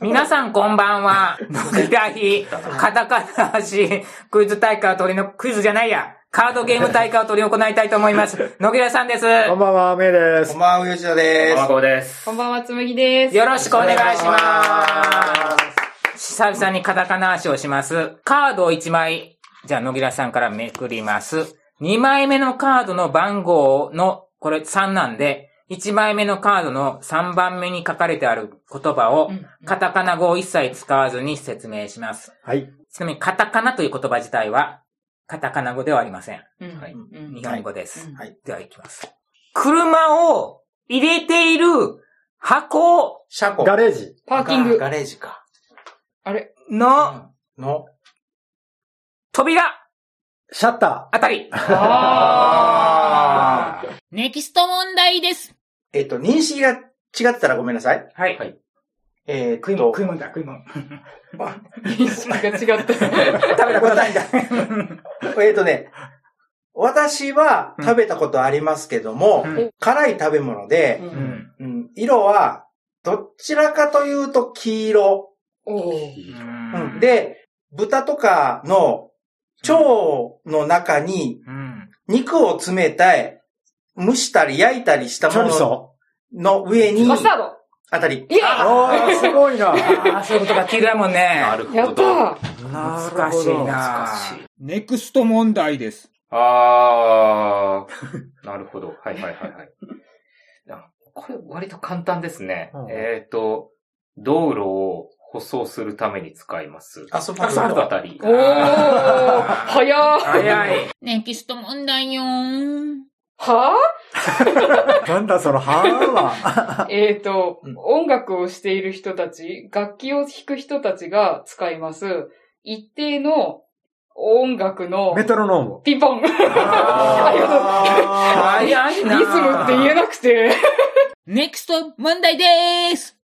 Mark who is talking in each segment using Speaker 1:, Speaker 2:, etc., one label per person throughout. Speaker 1: 皆さんこんばんは。 ドキダヒ、カタカナ足、クイズ大会を取りの、クイズじゃないや。カードゲーム大会を取り行いたいと思います。野木田さんです。
Speaker 2: こんばんは、めいで
Speaker 3: こ
Speaker 2: す
Speaker 3: ん。ばんは、吉田で
Speaker 4: 卵
Speaker 3: す。
Speaker 4: です。
Speaker 5: こんばんは、つむぎです。
Speaker 1: よろしくお願いし
Speaker 3: お願いし
Speaker 1: ます。久々にカタカナ足をします。カードを1枚、じゃあ野木田さんからめくります。2枚目のカードの番号の、これ3なんで、1枚目のカードの3番目に書かれてある言葉を
Speaker 5: うんうん、
Speaker 1: カタカナ語を一切使わずに説明します。
Speaker 2: はい。
Speaker 1: ちなみに、カタカナという言葉自体は、カタカナ語ではありません。
Speaker 5: うん
Speaker 3: はい
Speaker 5: うん
Speaker 1: 日本語です。
Speaker 5: うん
Speaker 3: はい
Speaker 1: では行きます。車を入れている箱
Speaker 3: 車庫。
Speaker 2: ガレージ。
Speaker 5: パーキング。
Speaker 3: ガレージか。
Speaker 5: あれ
Speaker 1: の
Speaker 3: の。
Speaker 1: 扉
Speaker 2: シャッタ
Speaker 1: あたり。
Speaker 5: あ
Speaker 3: ー
Speaker 5: ネクスト問題です。
Speaker 3: えっと、認識が違ってたらごめんなさい。
Speaker 1: はい。
Speaker 3: えー、食い
Speaker 1: もん食
Speaker 3: 物
Speaker 1: いもんだ、食いもん。
Speaker 5: 認識が 違った。
Speaker 3: 食べたことないん だ。えっとね、私は食べたことありますけども、
Speaker 1: うん
Speaker 3: 辛い食べ物
Speaker 5: う
Speaker 3: で、
Speaker 1: うんん。
Speaker 3: うん色は、どちらかというと黄色。
Speaker 5: おー
Speaker 3: うん、、で、豚とかの腸の中に
Speaker 1: うん。
Speaker 3: 肉を詰めたい、蒸したり焼いたりした
Speaker 2: ー。チョ
Speaker 3: も
Speaker 2: リ
Speaker 3: の
Speaker 2: ソ
Speaker 3: の上に、
Speaker 5: マスタード
Speaker 3: あたり。
Speaker 5: イエー
Speaker 2: ー。おー、すごいな。
Speaker 1: ああ、そういうことが黄色いもんね。
Speaker 4: なるほ
Speaker 5: イ
Speaker 4: ど。
Speaker 5: やったー
Speaker 1: 難しいな
Speaker 6: ネクスト問題です。
Speaker 4: あー、なるほ ど。はいはいはいはい。あこれ割と簡単ですね。
Speaker 2: うん
Speaker 4: えっ、と、道路を舗装するために使います。
Speaker 3: アスフ
Speaker 1: アスファル
Speaker 4: あ
Speaker 1: ト
Speaker 4: たり
Speaker 5: お。ー早ー
Speaker 1: 早い。
Speaker 5: ネクスト問題よーは
Speaker 2: なんだその、はーは。
Speaker 5: ぁえっと
Speaker 3: うん、
Speaker 5: 音楽をしている人たち、楽器を弾く人たちが使います。一定の音楽 の
Speaker 2: メトロノーム。
Speaker 5: ピンポン。リズ
Speaker 2: あ
Speaker 1: 早い
Speaker 5: ム
Speaker 1: な
Speaker 5: って言えなくて。
Speaker 7: ネクスト問題でーす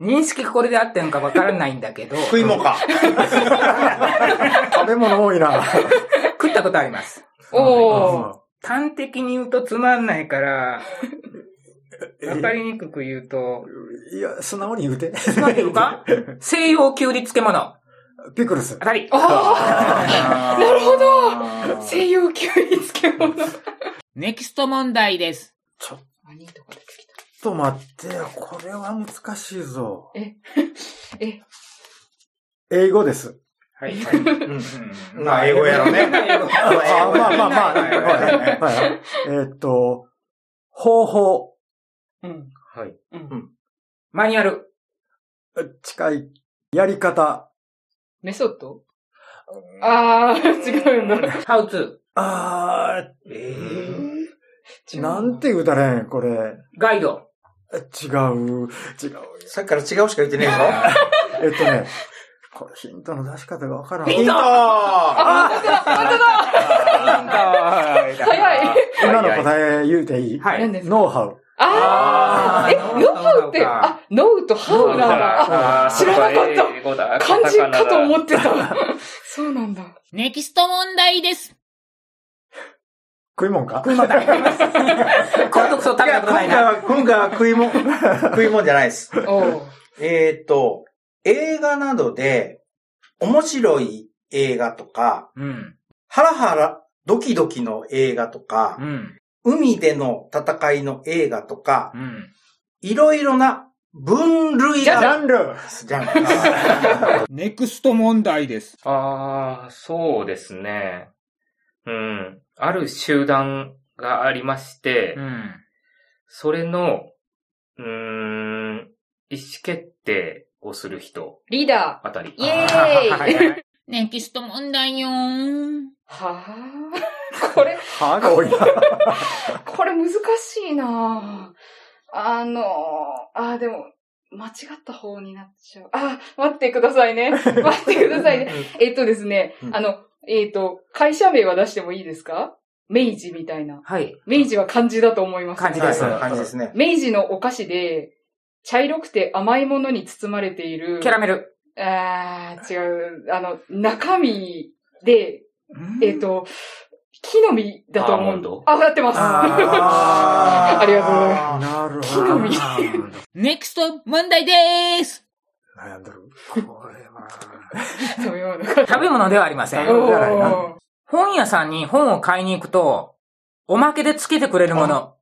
Speaker 1: 認識これで合ってんのかわからないんだけど、
Speaker 3: 食いもんか。
Speaker 2: ー食べ物多いな。
Speaker 1: 食ったことあります。
Speaker 5: おー。
Speaker 1: 端的に言うとつまんないから、わかりにくく言うと、
Speaker 2: いや、素直に言うて。
Speaker 1: つまんいうか 西洋きゅうり漬物。あ
Speaker 2: ピクルス。
Speaker 1: たり。
Speaker 5: あ
Speaker 3: な
Speaker 5: るほ
Speaker 3: ど
Speaker 5: ー西洋級に漬物。
Speaker 7: ネクスト問題です。
Speaker 5: 何とか出てき
Speaker 2: ちょっと待ってよ。これは難しいぞ。
Speaker 5: ええ
Speaker 2: 英語です。
Speaker 1: はい。
Speaker 3: まあ、英語やろ
Speaker 2: あ
Speaker 3: ね。
Speaker 2: まあまあまあ。
Speaker 1: ないない
Speaker 2: はいはいえーっと、方法。
Speaker 5: た。うん。
Speaker 4: はい。
Speaker 1: マニュアル。
Speaker 2: 近い。やり方。
Speaker 5: メソッドあー、違うん だ。
Speaker 1: ハウツ
Speaker 2: あ ー、なんて言うたらええん、これ。
Speaker 1: ー。ガイド。
Speaker 2: 違う。違う。
Speaker 3: さっきから違うしか言ってねえぞ。
Speaker 2: えっとね、これヒントの出し方がわからん。
Speaker 1: ヒント
Speaker 5: 早い。
Speaker 2: 今の答え言うていい
Speaker 1: は
Speaker 5: 何
Speaker 1: い。
Speaker 5: ですか
Speaker 2: ノウハウ。
Speaker 5: あ
Speaker 1: あ
Speaker 5: ー。え、
Speaker 1: ー
Speaker 5: ノウって、
Speaker 1: ノウか
Speaker 5: あ、ノウとハウなんだ。あ
Speaker 4: あー
Speaker 5: 知らなかった
Speaker 4: そう英語だ
Speaker 5: 漢字かと思
Speaker 4: カ
Speaker 5: ってた。そうなんだ。
Speaker 7: ネクスト問題です。
Speaker 2: 食いもんか
Speaker 1: これとこそ食
Speaker 3: い
Speaker 1: べ
Speaker 3: や、
Speaker 1: たこ
Speaker 3: 今
Speaker 1: とない
Speaker 3: 回
Speaker 1: な。
Speaker 3: は、今回は食いもん、食いもんじゃないです。
Speaker 5: おう
Speaker 3: えっと、映画などで、面白い映画とか、
Speaker 1: うん。
Speaker 3: ハラハラ、ドキドキの映画とか
Speaker 1: う、ん。
Speaker 3: 海での戦いの映画とか、
Speaker 1: うん。
Speaker 3: いろいろな分類
Speaker 2: ジ
Speaker 3: が
Speaker 2: ャンル
Speaker 3: じゃん。あ
Speaker 6: ネクスト問題です。
Speaker 4: タあー、そうですね。うん。ある集団がありまして、
Speaker 1: うん。
Speaker 4: それの、うーん、意思決定をする人
Speaker 5: リーダ
Speaker 4: あたり。
Speaker 5: ー。イエーイ
Speaker 7: ネクスト問題よー
Speaker 5: はぁ。これ、
Speaker 2: 歯が多いな。
Speaker 5: これ難しいなぁあのー、あー、でも、間違った方になっちゃう。あー、待ってくださいね。待ってくださいね。えっとですね
Speaker 3: う、ん
Speaker 5: あの、えっと、会社名は出してもいいですか明治みたいな。
Speaker 1: はい。
Speaker 5: 明治は漢字だと思います。
Speaker 1: 漢字です
Speaker 3: 感じですね。
Speaker 5: 明治のお菓子で、茶色くて甘いものに包まれている。
Speaker 1: キャラメル。
Speaker 5: あー違う。あの、中身で、えっ、と、木の実だと思う。
Speaker 4: アーモンド
Speaker 5: あ、合ってます。
Speaker 2: あ
Speaker 5: ありがとうござい
Speaker 2: な
Speaker 3: ま
Speaker 2: るほ
Speaker 5: 木の
Speaker 2: ど。
Speaker 5: 実
Speaker 2: なるほど
Speaker 7: ネクスト問題でーす
Speaker 2: 悩んどる。これは。
Speaker 5: 食べ物。
Speaker 1: 食べ物ではありません。
Speaker 2: 物じゃないな
Speaker 5: おー
Speaker 1: 本屋さんに本を買いに行くと、おまけでつけてくれるもの。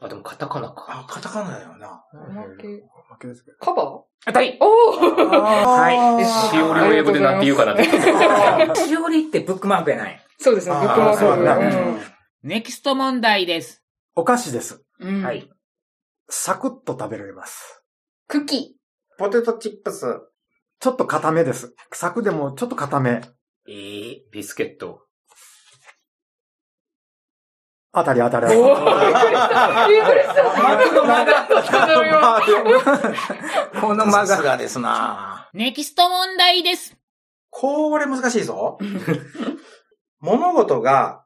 Speaker 4: あ、でもカタカナか。
Speaker 3: あ、カタカナだよな。
Speaker 5: おまけ。
Speaker 2: おまけですけど。
Speaker 5: カバ
Speaker 1: 当た り
Speaker 5: ーおー
Speaker 1: は
Speaker 4: えしおりを英語でなんて言うかなって。
Speaker 1: い。しおりってブックマークやない。
Speaker 5: そうですね、僕
Speaker 2: あ
Speaker 5: は
Speaker 2: ーそうだ
Speaker 5: う
Speaker 2: ね
Speaker 5: ん
Speaker 7: ネクスト問題です。
Speaker 2: お菓子です。
Speaker 5: うん
Speaker 1: は。い。
Speaker 2: サクッと食べられます。
Speaker 5: クキ
Speaker 3: ポテトチップス。
Speaker 2: ちょっと固めです。サクでもちょっと固め。
Speaker 4: えー、ビスケット。
Speaker 2: あたりあたりあた
Speaker 5: ー。
Speaker 2: り。
Speaker 5: お ー、びっくりした。びっくりした。
Speaker 1: この
Speaker 3: さ
Speaker 1: マ
Speaker 3: す
Speaker 1: ガ
Speaker 3: がですな
Speaker 7: ネクスト問題です。
Speaker 3: これ難しいぞ。物事が、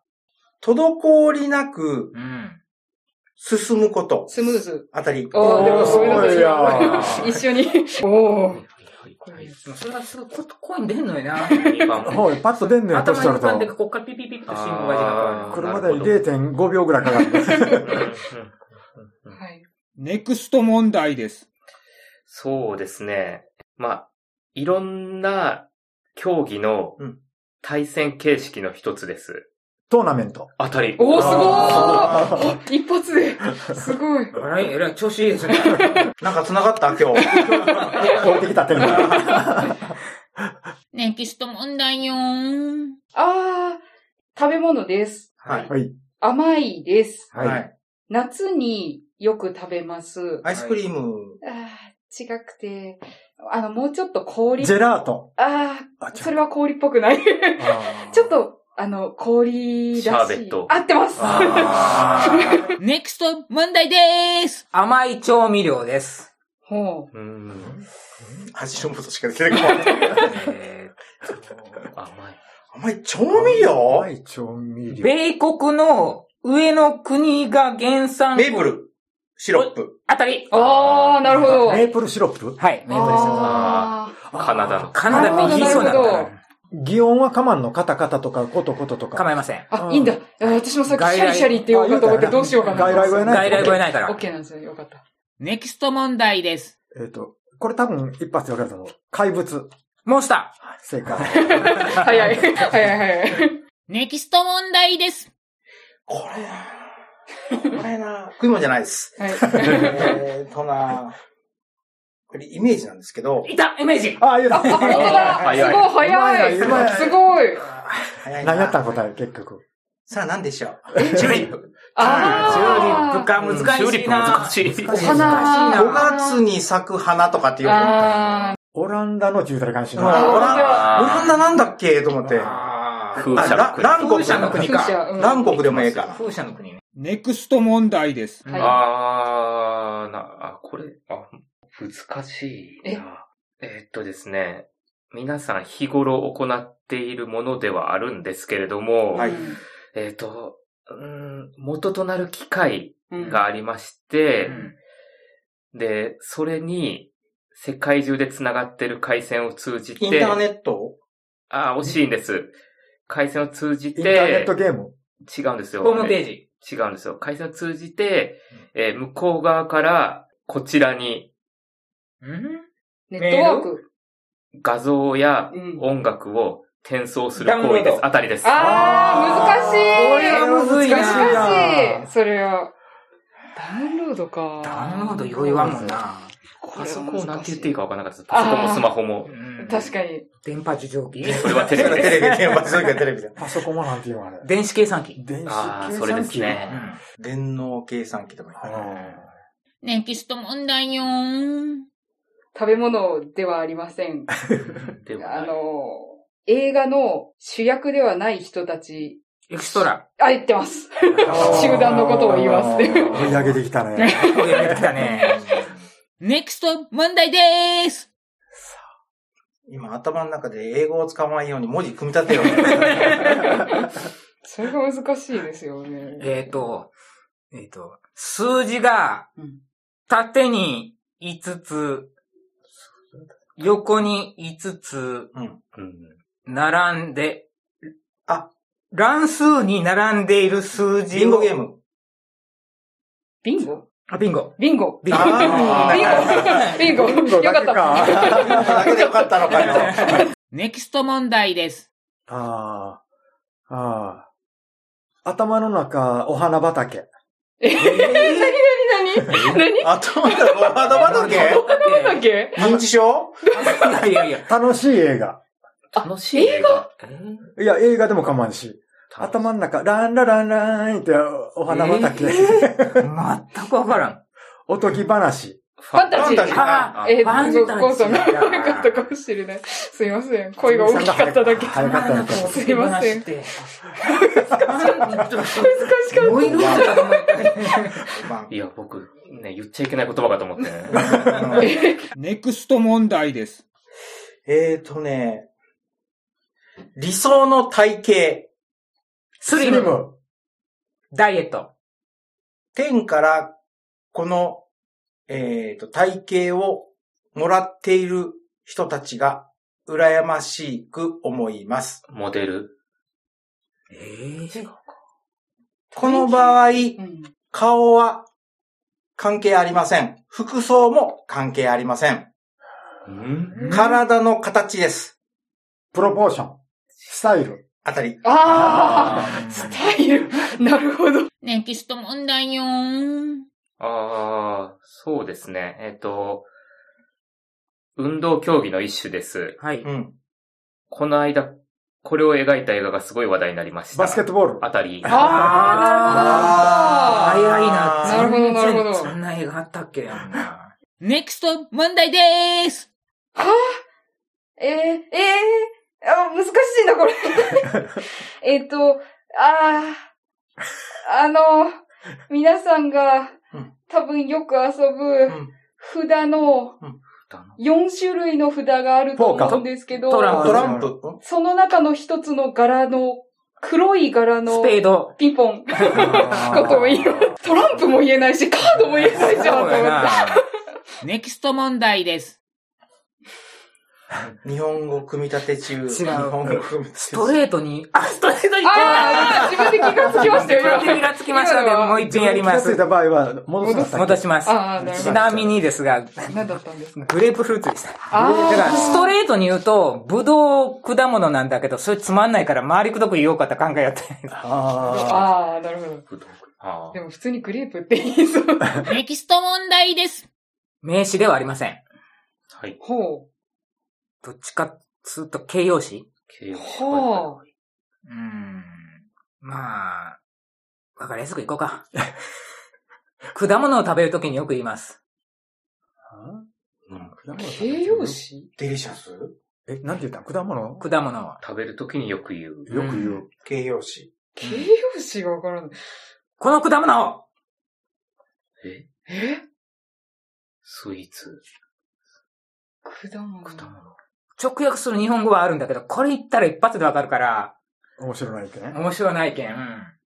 Speaker 3: 滞りなく
Speaker 1: うん。
Speaker 3: 進むこと。
Speaker 5: スムーズ。
Speaker 3: あたり。
Speaker 5: おー、でも
Speaker 2: す
Speaker 5: ご
Speaker 2: ご
Speaker 5: め
Speaker 2: い
Speaker 5: んなさい
Speaker 2: や。
Speaker 5: 一緒に。おー。
Speaker 4: はいはい
Speaker 1: でもそれがすごい、こ声に出んのよな。
Speaker 4: はい。
Speaker 2: ほう、パッと出んのよ、
Speaker 1: 頭
Speaker 2: 年
Speaker 1: に
Speaker 2: 取
Speaker 1: 浮
Speaker 2: る
Speaker 1: かんで、
Speaker 2: と。
Speaker 1: こっからピピピッと信号が時間変わ
Speaker 4: あー
Speaker 1: る。
Speaker 2: 車で0.5秒ぐらいかかる。
Speaker 5: はい。
Speaker 6: ネクスト問題です。
Speaker 4: そうですね。まあ、いろんな競技の
Speaker 3: うん
Speaker 4: 対戦形式の一つです。
Speaker 2: トーナメント。
Speaker 4: 当たり。
Speaker 5: おー、す
Speaker 2: あ
Speaker 5: ごーい一発で。すごい。
Speaker 1: あれえらい、調子いいですね。
Speaker 3: なんか繋がった 今日。
Speaker 2: 通ってきた点が。
Speaker 7: ネクスト問題よーん。
Speaker 5: あー、食べ物です。
Speaker 3: はい。
Speaker 2: はい。
Speaker 5: 甘いです。
Speaker 2: はい。。
Speaker 5: 夏によく食べます。
Speaker 3: アイスクリーム。
Speaker 5: あー、違くて。あの、もうちょっと氷。
Speaker 2: ジェラート。
Speaker 5: あ
Speaker 2: あ
Speaker 5: ー、それは氷っぽくない。ちょっ。と、あの、氷らしい。
Speaker 4: シャーベット
Speaker 5: 合ってます。
Speaker 7: ネクスト問題です。
Speaker 1: 甘い調味料です。
Speaker 5: ほう。
Speaker 4: うーん。
Speaker 3: 味の素しか出てこない。
Speaker 4: えーと、甘い。
Speaker 3: 甘い調味料
Speaker 2: はい、調味料。
Speaker 1: 米国の上の国が原産
Speaker 3: メープ
Speaker 1: ル。
Speaker 3: ル。シロップ。
Speaker 1: 当たり
Speaker 5: あー、なるほど。
Speaker 2: メープルシロップ
Speaker 1: はい、メープルです。
Speaker 5: あ
Speaker 4: カナダの。
Speaker 1: カナダって言いそうになった
Speaker 5: なるほ
Speaker 1: ら
Speaker 2: 擬音はカマンのカタカタとかコトコトとか。
Speaker 1: 構いません。
Speaker 5: ーあ、いいんだ。あ私もさっき
Speaker 1: 外来
Speaker 5: シャリシャリって言おうかと思ってどうしようかな。
Speaker 2: 外来語やな
Speaker 1: 外来語やないか
Speaker 5: オッ
Speaker 1: ら。
Speaker 5: ケーなんですよ。よかった。
Speaker 7: ネクスト問題です。
Speaker 2: えっ、と、これ多分一発で分かると思う。怪物。
Speaker 1: モンスタ
Speaker 2: 正解。
Speaker 5: 早い。早い早い。
Speaker 7: ネクスト問題です。
Speaker 3: これなこれな食い物じゃないです。
Speaker 5: はい。
Speaker 3: えーとなこれイメージなんですけど
Speaker 1: ー。いたイメージ
Speaker 2: ああ、言う
Speaker 5: あ、本当だ。
Speaker 4: 早い
Speaker 5: すごい早
Speaker 2: うまい
Speaker 5: い。
Speaker 2: な
Speaker 5: すごい。
Speaker 3: 早いな
Speaker 2: 何やったん答え、結局。
Speaker 3: さあ何でしょうチューリップ。
Speaker 5: あ
Speaker 1: チューリップか難しいな。
Speaker 4: チューリップ難しい。
Speaker 5: お
Speaker 1: 難しい
Speaker 5: 花。
Speaker 3: 5
Speaker 1: な
Speaker 3: 月に咲く花とかっていう。あ
Speaker 5: あ
Speaker 2: オランダの中大関心
Speaker 3: ーオラ
Speaker 5: あ
Speaker 2: の。
Speaker 3: ンダオランダなんだっけと思って。あ
Speaker 4: 風車の国。
Speaker 3: ラン
Speaker 1: 風
Speaker 3: 国
Speaker 1: 車の
Speaker 5: ー。
Speaker 1: 国か。
Speaker 3: 何国でもええから。
Speaker 1: 風車の国ね。
Speaker 6: ネクスト問題です。
Speaker 5: はい
Speaker 4: あー、な、あ、これ、あ、難しいな。えーっとですね、皆さん日頃行っているものではあるんですけれども、
Speaker 3: はい
Speaker 4: えーっと、うーん、元となる機械
Speaker 5: うん
Speaker 4: がありまして、
Speaker 1: うん
Speaker 4: で、それに、世界中で繋がってる回線を通じて、
Speaker 3: インターネット
Speaker 4: あー、惜しいんです。回線を通
Speaker 2: イ
Speaker 4: じ
Speaker 2: ンターネ
Speaker 4: て
Speaker 2: ット、ゲーム。
Speaker 4: 違うんですよ。
Speaker 1: ホームページ。
Speaker 4: 違うんですよ。会社を通じて、えー向こう側からこちらに
Speaker 5: ネットワーク。
Speaker 4: 画像や
Speaker 5: うん
Speaker 4: 音楽を転送する行為
Speaker 1: ダウンロ
Speaker 4: で
Speaker 1: ー
Speaker 4: す。
Speaker 1: ド
Speaker 4: あたりです。
Speaker 5: あー、難しい。
Speaker 1: これはむずいな
Speaker 5: 難しい。それは。ダウンロードか。
Speaker 1: ダウンロードよう言わんもんな。
Speaker 5: こ
Speaker 4: パ
Speaker 5: れは
Speaker 4: ソ
Speaker 5: 難しい
Speaker 4: コンなんて言っていいかわからなかったです。パソコンもスマホ も。
Speaker 5: 確
Speaker 1: に。
Speaker 5: かに。
Speaker 1: 電波受信機
Speaker 4: それはテ
Speaker 3: テ
Speaker 4: レビです。
Speaker 3: レビ、テレビ、それからテレビで。
Speaker 2: パソコンはなんていうのあれ。
Speaker 1: 電子計算機。
Speaker 2: 電子計算機。
Speaker 4: ああ、それですね。
Speaker 3: 電脳計算機とか
Speaker 2: う
Speaker 3: 言う。
Speaker 2: ん。
Speaker 7: ネクスト問題よーん。
Speaker 5: 食べ物ではありません。
Speaker 4: でも
Speaker 5: あ
Speaker 4: ない、
Speaker 5: の、映画の主役ではない人たち、
Speaker 1: エクストラ。
Speaker 5: あ、言ってます。
Speaker 2: あー
Speaker 5: 集団のことを言いますね
Speaker 2: 追い上げてきたね。
Speaker 1: こうやってきたね。
Speaker 7: ネクスト問題です。
Speaker 3: 今頭の中で英語を使わないように文字組み立てよう。
Speaker 5: それが難しいですよね。
Speaker 1: えっ、と、えっ、と、数字が
Speaker 5: うん、
Speaker 1: 縦に5つ、横に5つ、
Speaker 3: うん。
Speaker 4: うん
Speaker 1: 並んで、
Speaker 3: あ、
Speaker 1: 乱数に並んでいる数字を。
Speaker 3: リンゴゲーム。
Speaker 5: ビンゴ
Speaker 1: あ、ビンゴ。
Speaker 5: ビンゴ。ビンゴ。
Speaker 3: あー
Speaker 5: ビンゴ。
Speaker 2: ビンゴ
Speaker 5: よ
Speaker 2: だ
Speaker 5: かっ
Speaker 2: け
Speaker 5: た。
Speaker 2: か
Speaker 3: だけでよか ったの かよ。
Speaker 7: ネクスト問題です。
Speaker 2: ああ。ああ。頭の中、お花畑。
Speaker 5: えー、何何何何
Speaker 3: 頭の中お花 畑
Speaker 5: 何だっけ
Speaker 3: 認知症
Speaker 1: いやいや。
Speaker 2: 楽しい映画。
Speaker 4: 楽しい映画。えー
Speaker 2: いや、映画でも構わんし。頭の中、ランラランラーンってお花畑。
Speaker 1: 全くわからん。
Speaker 2: おとぎ話。
Speaker 4: フ
Speaker 5: ァンタジー
Speaker 1: あ
Speaker 5: えー、
Speaker 1: バン
Speaker 5: ビン
Speaker 1: ジー
Speaker 5: ゴ
Speaker 1: だ
Speaker 5: こそが良かったかもしれない。すいません。声が大きかっただけ。
Speaker 2: 早かっただけ。
Speaker 5: すいません
Speaker 1: 難し
Speaker 5: 難しか
Speaker 1: い。もう
Speaker 5: っ
Speaker 1: いるんだと思って。
Speaker 3: ま
Speaker 4: いや、僕、ね、言っちゃいけない言葉かと思って。
Speaker 3: あ
Speaker 5: た。え
Speaker 6: ネクスト問題です。
Speaker 3: えーとね、理想の体型。
Speaker 1: スリ
Speaker 2: スリ
Speaker 1: ム。
Speaker 2: ム。
Speaker 1: ダイエット。
Speaker 3: 天からこの、えーと、体型をもらっている人たちが羨ましく思います。
Speaker 4: モデル。
Speaker 1: ええ。
Speaker 3: この場合、
Speaker 5: うん
Speaker 3: 顔は関係ありません。服装も関係ありません。
Speaker 4: ん
Speaker 3: 体の形です。
Speaker 2: プロポーション。スタイル。
Speaker 3: あたり。
Speaker 5: あー、スタイル。 なるほど。
Speaker 7: ネクスト問題よーん。
Speaker 4: ああ、そうですね。えっ、と、運動競技の一種です。
Speaker 1: はい。
Speaker 3: うん。
Speaker 4: この間、これを描いた映画がすごい話題になりました。
Speaker 2: バスケットボール。
Speaker 4: あたり。
Speaker 5: あー、なるほど。
Speaker 1: 早いな。
Speaker 5: なるほどなるほど
Speaker 1: 全然そんな映画あったっけやんな。
Speaker 7: ネクスト問題でーす。
Speaker 5: えー、えー、あ、難しいな、これ。 えっと、あー、あの、皆さんが
Speaker 3: うん、
Speaker 5: 多分よく遊ぶ
Speaker 3: ん
Speaker 5: 札の
Speaker 4: だな
Speaker 5: 4種類の札があると思うんですけど、
Speaker 1: ポーカー
Speaker 3: トランプ。ん
Speaker 5: その中の一つの柄の、黒い柄
Speaker 1: ス
Speaker 5: の
Speaker 1: ペード。
Speaker 5: ピンポン。
Speaker 1: こ
Speaker 5: ことも言いよう。トランプも言えないし、カードも言えないじゃんと思った。
Speaker 7: ネクスト問題です。
Speaker 3: 日本語組み立て中。日本語組み立て中。
Speaker 1: ストレートに、あ、ストレートに
Speaker 5: あー、自分で気がつきましたよ、今。
Speaker 1: 気がつきましたので、もう一遍やりま
Speaker 2: 気がつ
Speaker 1: す
Speaker 2: い。た場合は、戻すの先
Speaker 1: 戻します。
Speaker 5: あー、なる
Speaker 1: ち
Speaker 5: ほど。
Speaker 1: なみにですが、
Speaker 5: 何だったんですか
Speaker 1: グレープフルーツでした。だ
Speaker 5: あ
Speaker 1: から、スト
Speaker 5: レ
Speaker 1: レートに言うと、ぶどう果物なんだけど、それつまんないから、周りくどく言おうかって考えよって。
Speaker 2: ああ。
Speaker 5: あー、なるほど。
Speaker 4: 武道館あ
Speaker 5: でも普通にグレープって言いそう。
Speaker 7: ネクスト問題です。
Speaker 1: 名詞ではありません。
Speaker 4: あ、はい。
Speaker 5: ほ
Speaker 1: どっちかっつうと形容詞
Speaker 4: 形容詞
Speaker 5: ほ
Speaker 1: うーん。まあ、わかりやすくいこうか。 果物を食べるときによく言います。
Speaker 4: うん
Speaker 5: う。形容詞
Speaker 3: デリシャス
Speaker 2: え、なんて言った果物よ
Speaker 1: 果物は。
Speaker 4: 食べるときによく言う。
Speaker 2: く言う。
Speaker 3: 形容詞。
Speaker 5: 形容詞がわからない。
Speaker 1: この果物
Speaker 4: え
Speaker 5: え
Speaker 4: スイーツ。
Speaker 5: 果物。
Speaker 4: 果物。
Speaker 1: 直訳する日本語はあるんだけど、これ言ったら一発でわかるから、
Speaker 2: 面白ないってね。
Speaker 1: 面白ないけん。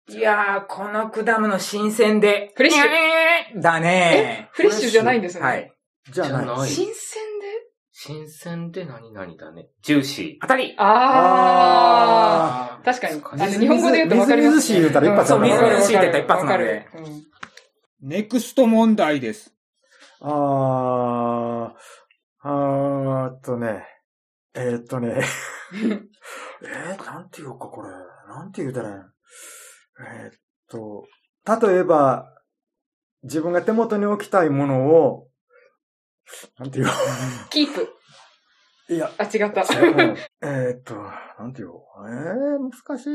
Speaker 1: いやー、この果物新鮮で。
Speaker 5: フレッシュ
Speaker 1: えーだね
Speaker 5: フレッシュじゃないんですよね。
Speaker 1: はい。。
Speaker 2: じゃ
Speaker 4: じ
Speaker 2: な
Speaker 4: ゃ
Speaker 2: い。
Speaker 4: ない。
Speaker 5: 新鮮で
Speaker 4: 新鮮で何々だね。ジューシ
Speaker 1: 当たり
Speaker 5: あー。確かに。あの日本語で言うとわかります。
Speaker 2: みずみずしい言うたら一発
Speaker 1: そう、
Speaker 2: な
Speaker 1: み
Speaker 2: の
Speaker 1: ず
Speaker 2: か
Speaker 1: み
Speaker 2: な
Speaker 1: ずしいって言ったら一発なの
Speaker 5: わ
Speaker 1: で。
Speaker 5: かるうん
Speaker 6: ネクスト問題です。
Speaker 2: ああ、あーっとね、えーっとね、 えー、なんて言おうか、これ。なんて言うたらいいんえーっと、例えば、自分が手元に置きたいものを、なんて言おう。
Speaker 5: キープ。
Speaker 2: いや、
Speaker 5: あ、違 った。
Speaker 2: 違うなえーっと、なんて言おう。えー、難しい。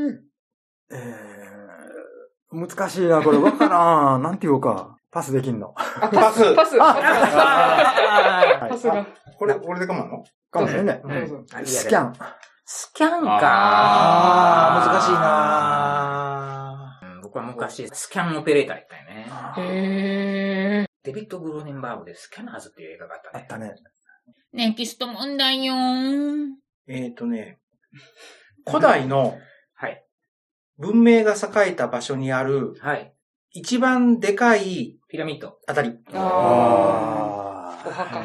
Speaker 2: えー、難しいな、これ。わからん。なんて言おうか。パスできんの。
Speaker 5: あ、パス。パ ス。パス
Speaker 1: あ
Speaker 5: パスが。
Speaker 3: これ、俺でかまんの
Speaker 2: かもしれない。
Speaker 5: どうぞ。
Speaker 1: ー
Speaker 2: スキャ。ン。
Speaker 1: スキャン
Speaker 4: あ
Speaker 1: か。
Speaker 4: ー難しい
Speaker 3: な
Speaker 1: ぁ。僕は昔、スキャンオペレーターやったよね。
Speaker 5: へ
Speaker 1: デビッド・グローネンバーグでスキャナーズっていう映画があった
Speaker 2: あっ
Speaker 1: ね。
Speaker 2: たね。
Speaker 7: ネクスト問題よーん。
Speaker 3: えっ、とね、古代の
Speaker 1: はい。
Speaker 3: 文明が栄えた場所にある
Speaker 1: はい。
Speaker 3: 一番でかい
Speaker 1: ピラミッド。
Speaker 3: あたり。
Speaker 5: ー。あー。お
Speaker 2: あ
Speaker 5: 墓。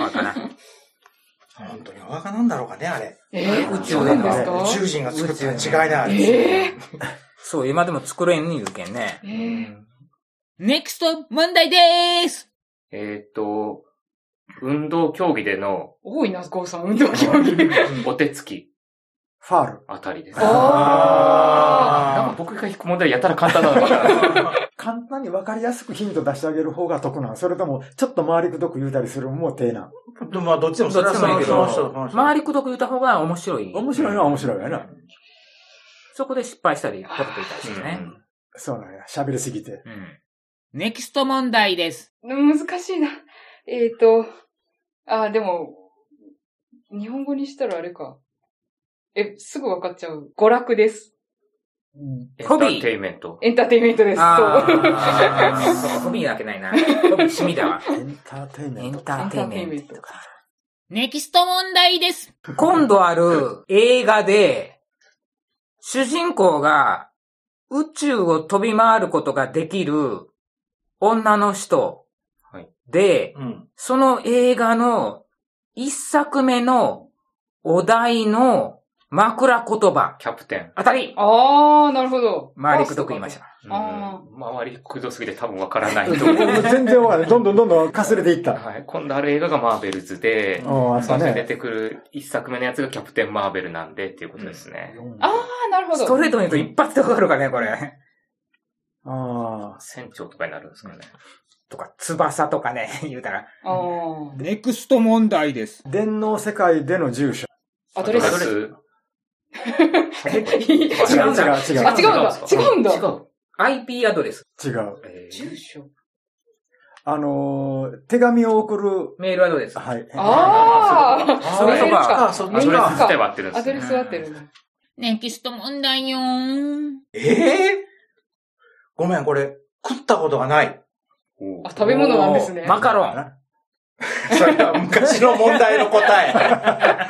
Speaker 1: お墓な。
Speaker 3: 本当にお墓なんだろうかね、あれ。
Speaker 5: えー、
Speaker 1: 宇
Speaker 5: 宇
Speaker 1: 宙
Speaker 5: 宙
Speaker 1: な
Speaker 5: なんん
Speaker 1: だ
Speaker 5: です
Speaker 3: 宇
Speaker 5: か
Speaker 3: 宙人が作ったに違いない、あれ。
Speaker 5: え
Speaker 1: そう、今でも作れんにいるけんね。
Speaker 5: えー、
Speaker 7: ネクスト問題でーす
Speaker 4: えーっと、運動競技での
Speaker 5: 多いな、ゴーさん、運動競技。
Speaker 4: お手つき
Speaker 2: ファール。
Speaker 4: あたりです。
Speaker 5: あ
Speaker 4: なんか僕が引く問題やたら簡単なの かな。
Speaker 2: 簡単に分かりやすくヒント出してあげる方が得なんそれとも、ちょっと回りくどく言うたりするのも手なん
Speaker 3: でもまあ、どっちでもそれはその人の人の話
Speaker 1: 周りくどく言った方が面白い。
Speaker 2: 面白いのは面白いよな。
Speaker 1: そこで失敗したり、こと言ったりしてね。
Speaker 2: そうなんや。喋りすぎて。
Speaker 1: うん。
Speaker 7: ネクスト問題です。
Speaker 5: 難しいな。えっ、ー、と、あ、でも、日本語にしたらあれか。え、すぐ分かっちゃう。娯楽です。
Speaker 4: エンタ
Speaker 1: ホビー
Speaker 4: ーテイメント。
Speaker 5: エンターテインメントです。そう。
Speaker 1: ああ、そうか、 ホビーなわけないな。ホビー趣味だわ。
Speaker 2: エンターテイメ
Speaker 1: エン
Speaker 2: ント。
Speaker 1: ターテイメントとか。
Speaker 7: ネクスト問題です。
Speaker 1: 今度ある映画で、主人公が宇宙を飛び回ることができる女の人
Speaker 4: はい
Speaker 1: で、
Speaker 3: うん。
Speaker 1: その映画の一作目のお題の枕言葉。
Speaker 4: キャプテン。
Speaker 1: 当たり
Speaker 5: あー、なるほど。
Speaker 1: 周りくどく言いまし。た。
Speaker 4: うん
Speaker 5: あ
Speaker 4: 周りくどすぎて多分わからないと 思う。
Speaker 2: 全然わかんない。どんどんどんどんかすれていった。
Speaker 4: はい。今度ある映画がマーベルズで、
Speaker 2: うん、あっ
Speaker 4: そ
Speaker 2: た
Speaker 4: の出
Speaker 2: ね。
Speaker 4: てくる一作目のやつがキャプテンマーベルなんでっていうことですね。
Speaker 5: あー、なるほど。
Speaker 1: ストレートに言うと一発でわかるかね、これ。
Speaker 2: あ
Speaker 4: 船長とかになるんですかね。
Speaker 1: とか、翼とかね、 言うたら。
Speaker 5: あー。
Speaker 6: ネクスト問題です。
Speaker 2: あ。電脳世界での住所。
Speaker 5: アドレ
Speaker 4: アド
Speaker 5: ス。
Speaker 4: レス
Speaker 2: 違う違
Speaker 5: 違
Speaker 2: う
Speaker 5: う。
Speaker 2: 違
Speaker 5: あ違うんだ
Speaker 4: ですか
Speaker 5: 違うんだ
Speaker 4: 違う。
Speaker 1: IP アドレス。
Speaker 2: う。違う。
Speaker 4: えー
Speaker 5: 住所。
Speaker 2: あのー、手紙を送る、
Speaker 1: メールアドレス。
Speaker 2: はい。
Speaker 5: あー、
Speaker 4: そう
Speaker 1: いうことか
Speaker 3: あそっ
Speaker 4: ア
Speaker 3: ち
Speaker 4: ドレス
Speaker 3: か。
Speaker 4: 自体は合ってるんで
Speaker 5: ア
Speaker 4: す
Speaker 5: ド
Speaker 4: ね
Speaker 5: レ。スは合ってるね。
Speaker 7: ネクスト問題よーん。
Speaker 3: ええごめん、これ、食ったことがない。
Speaker 4: おう
Speaker 5: あ、食べ物なんですね。
Speaker 1: マカロン。
Speaker 3: それは昔の問題の答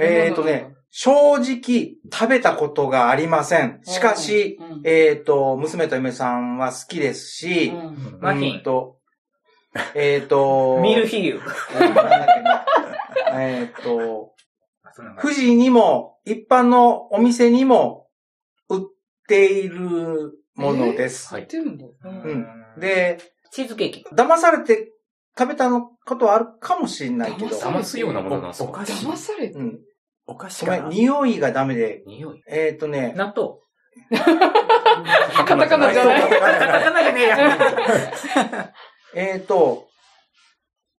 Speaker 3: え。 えっとね、正直食べたことがありません。しかし、
Speaker 5: うん、
Speaker 3: えっ、と、娘と嫁さんは好きですし、
Speaker 5: うん
Speaker 1: マ
Speaker 3: う
Speaker 1: ヒ
Speaker 3: んと、えっ、と、
Speaker 1: ミルフィーユ。
Speaker 3: なんだっけなえっと、富
Speaker 1: 士
Speaker 3: 士にも、一般のお店にも売っているものです。
Speaker 4: はい
Speaker 5: 知ってるんだ。うん
Speaker 3: うんで、
Speaker 1: チーズケーキ。
Speaker 3: 騙されて食べたのことはあるかもしれないけど、
Speaker 4: 騙すようなものなんです
Speaker 2: お
Speaker 4: か
Speaker 2: 菓子
Speaker 5: 騙されて。
Speaker 3: うん。
Speaker 2: お菓子か
Speaker 3: ごめ、
Speaker 2: なん
Speaker 3: 匂いがダメで、
Speaker 4: 匂い。
Speaker 3: えっ、とね、
Speaker 1: 納豆。
Speaker 4: カ
Speaker 5: カタカナじゃ
Speaker 4: い。
Speaker 5: ない。
Speaker 1: カタカナがねえや。
Speaker 3: えっ、と、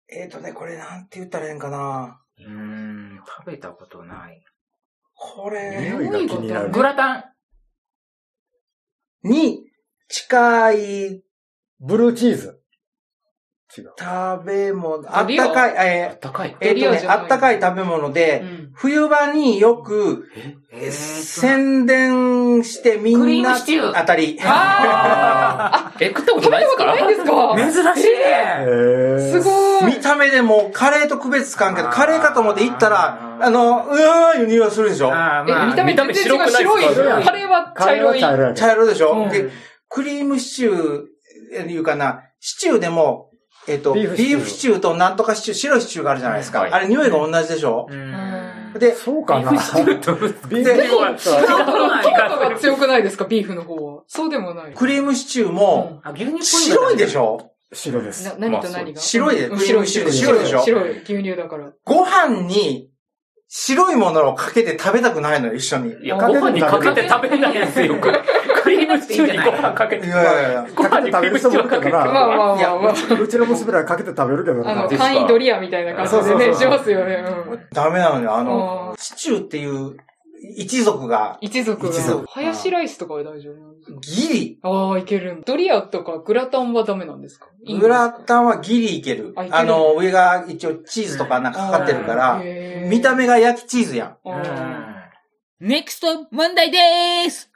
Speaker 3: えっ、とね、これなんて言ったらええんかな。
Speaker 1: うーん、食べたことない。
Speaker 3: これ
Speaker 2: 匂いが気になる。
Speaker 1: グラタン。
Speaker 3: に近い
Speaker 2: ブルーチーズ。違う。
Speaker 3: 食べ物、あ
Speaker 5: ド
Speaker 3: っ
Speaker 5: リオ
Speaker 3: たかい、
Speaker 4: あ
Speaker 3: え
Speaker 4: ったかい
Speaker 3: ー。えっ、
Speaker 5: ドリ
Speaker 3: と
Speaker 5: オ
Speaker 3: ね
Speaker 5: じ、ゃない
Speaker 3: あったかい食べ物で、
Speaker 5: うん
Speaker 3: 冬場によく
Speaker 1: えー
Speaker 3: 宣伝してみ
Speaker 1: クリーム
Speaker 3: んな
Speaker 1: シチュー
Speaker 3: あたり。
Speaker 5: あ
Speaker 4: え、食ったこ
Speaker 5: ー食
Speaker 4: と
Speaker 5: べ
Speaker 4: な
Speaker 5: た
Speaker 4: いで
Speaker 5: こ
Speaker 4: す
Speaker 5: と
Speaker 4: か
Speaker 5: ないんですか
Speaker 1: 珍しい
Speaker 2: え
Speaker 1: ね。
Speaker 2: ー
Speaker 5: すごい
Speaker 3: 見。た目でもうカレーと区別つかんけど、
Speaker 1: あー
Speaker 3: カレーかと思って行ったら、あの、うーんいう匂いするでしょ
Speaker 1: あー
Speaker 5: え、見た目
Speaker 4: 見た目
Speaker 5: 全然違う。
Speaker 4: 白
Speaker 5: 白
Speaker 4: くない
Speaker 5: い。
Speaker 1: ですか
Speaker 5: カレーは
Speaker 2: カ
Speaker 5: 茶
Speaker 2: レーは
Speaker 5: 色い。
Speaker 2: 茶色やけど
Speaker 3: 茶色でしょ、
Speaker 5: うん
Speaker 3: で、クリームシチュー、いうかな、シチューでも、えっ、と、
Speaker 2: ビ
Speaker 3: ビ
Speaker 2: ーフシチュー
Speaker 3: ーフシチューとなんとかシチュー、白いシチューがあるじゃないですか。
Speaker 4: はい
Speaker 3: あれ匂いが同じでしょ、
Speaker 1: う
Speaker 5: うん
Speaker 1: ん。
Speaker 3: で、
Speaker 2: そうかな。ビーフシチューと。ビー
Speaker 3: で
Speaker 5: ト
Speaker 1: 食べたことない
Speaker 5: マトが強くないですかビーフの方は。そうでもない。
Speaker 3: クリームシチューも、
Speaker 1: あ、牛乳っぽいんだ
Speaker 3: 白いでしょ
Speaker 2: 白です
Speaker 5: な。何と何が
Speaker 3: 白いで
Speaker 5: うん
Speaker 3: クリームシチューで白いでしょ
Speaker 5: 白い。牛乳だから。
Speaker 3: ご飯に白いものをかけて食べたくないのよ、一緒に。
Speaker 4: いや、ご飯にかけて食べないですよ。クリームシチューにご飯かけて。
Speaker 3: いやいやいや
Speaker 4: ご飯にクリームシチューかけて。
Speaker 5: まあまあまあま
Speaker 2: うちの娘らかけて食べるけど
Speaker 5: あ。あ
Speaker 2: な
Speaker 5: の、
Speaker 4: ですか
Speaker 5: 簡易ドリアみたいな感じで
Speaker 2: あ
Speaker 5: ね、
Speaker 2: そうそう
Speaker 5: し
Speaker 2: そう
Speaker 5: ますよね。うん。
Speaker 3: ダメなのよ、あ
Speaker 5: あ
Speaker 3: の、シチューっていう一族が、
Speaker 5: 一族
Speaker 3: 一族
Speaker 5: が。ハヤシライスとかは大丈夫なんですか
Speaker 3: ギ
Speaker 5: ああ、いけるんだ。ドリアとかグラタンはダメなんですか
Speaker 3: リ、グラ
Speaker 5: ン
Speaker 3: タンはギリいける。
Speaker 5: あいける
Speaker 3: あの、上が一応チーズとかなんかかかってるから、見た
Speaker 5: 目。
Speaker 3: 目が焼きチーズやん。
Speaker 5: あー
Speaker 7: ネクスト問題でーす。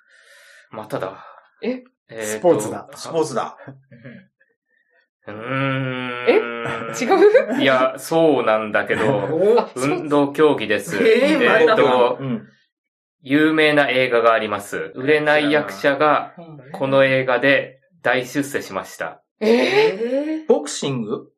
Speaker 4: まただ。
Speaker 5: え
Speaker 4: ーと
Speaker 2: スポーツだ
Speaker 3: スポーツだ。
Speaker 4: うーん。
Speaker 5: 違う
Speaker 4: いや、そうなんだけど、
Speaker 5: あそう
Speaker 4: 運動競技です。
Speaker 1: えー
Speaker 4: えーっと
Speaker 3: う、ん。
Speaker 4: 有名な映画があります。売れない役者が、
Speaker 5: うん
Speaker 4: この映画で大出世しました。
Speaker 5: え
Speaker 3: ボクシング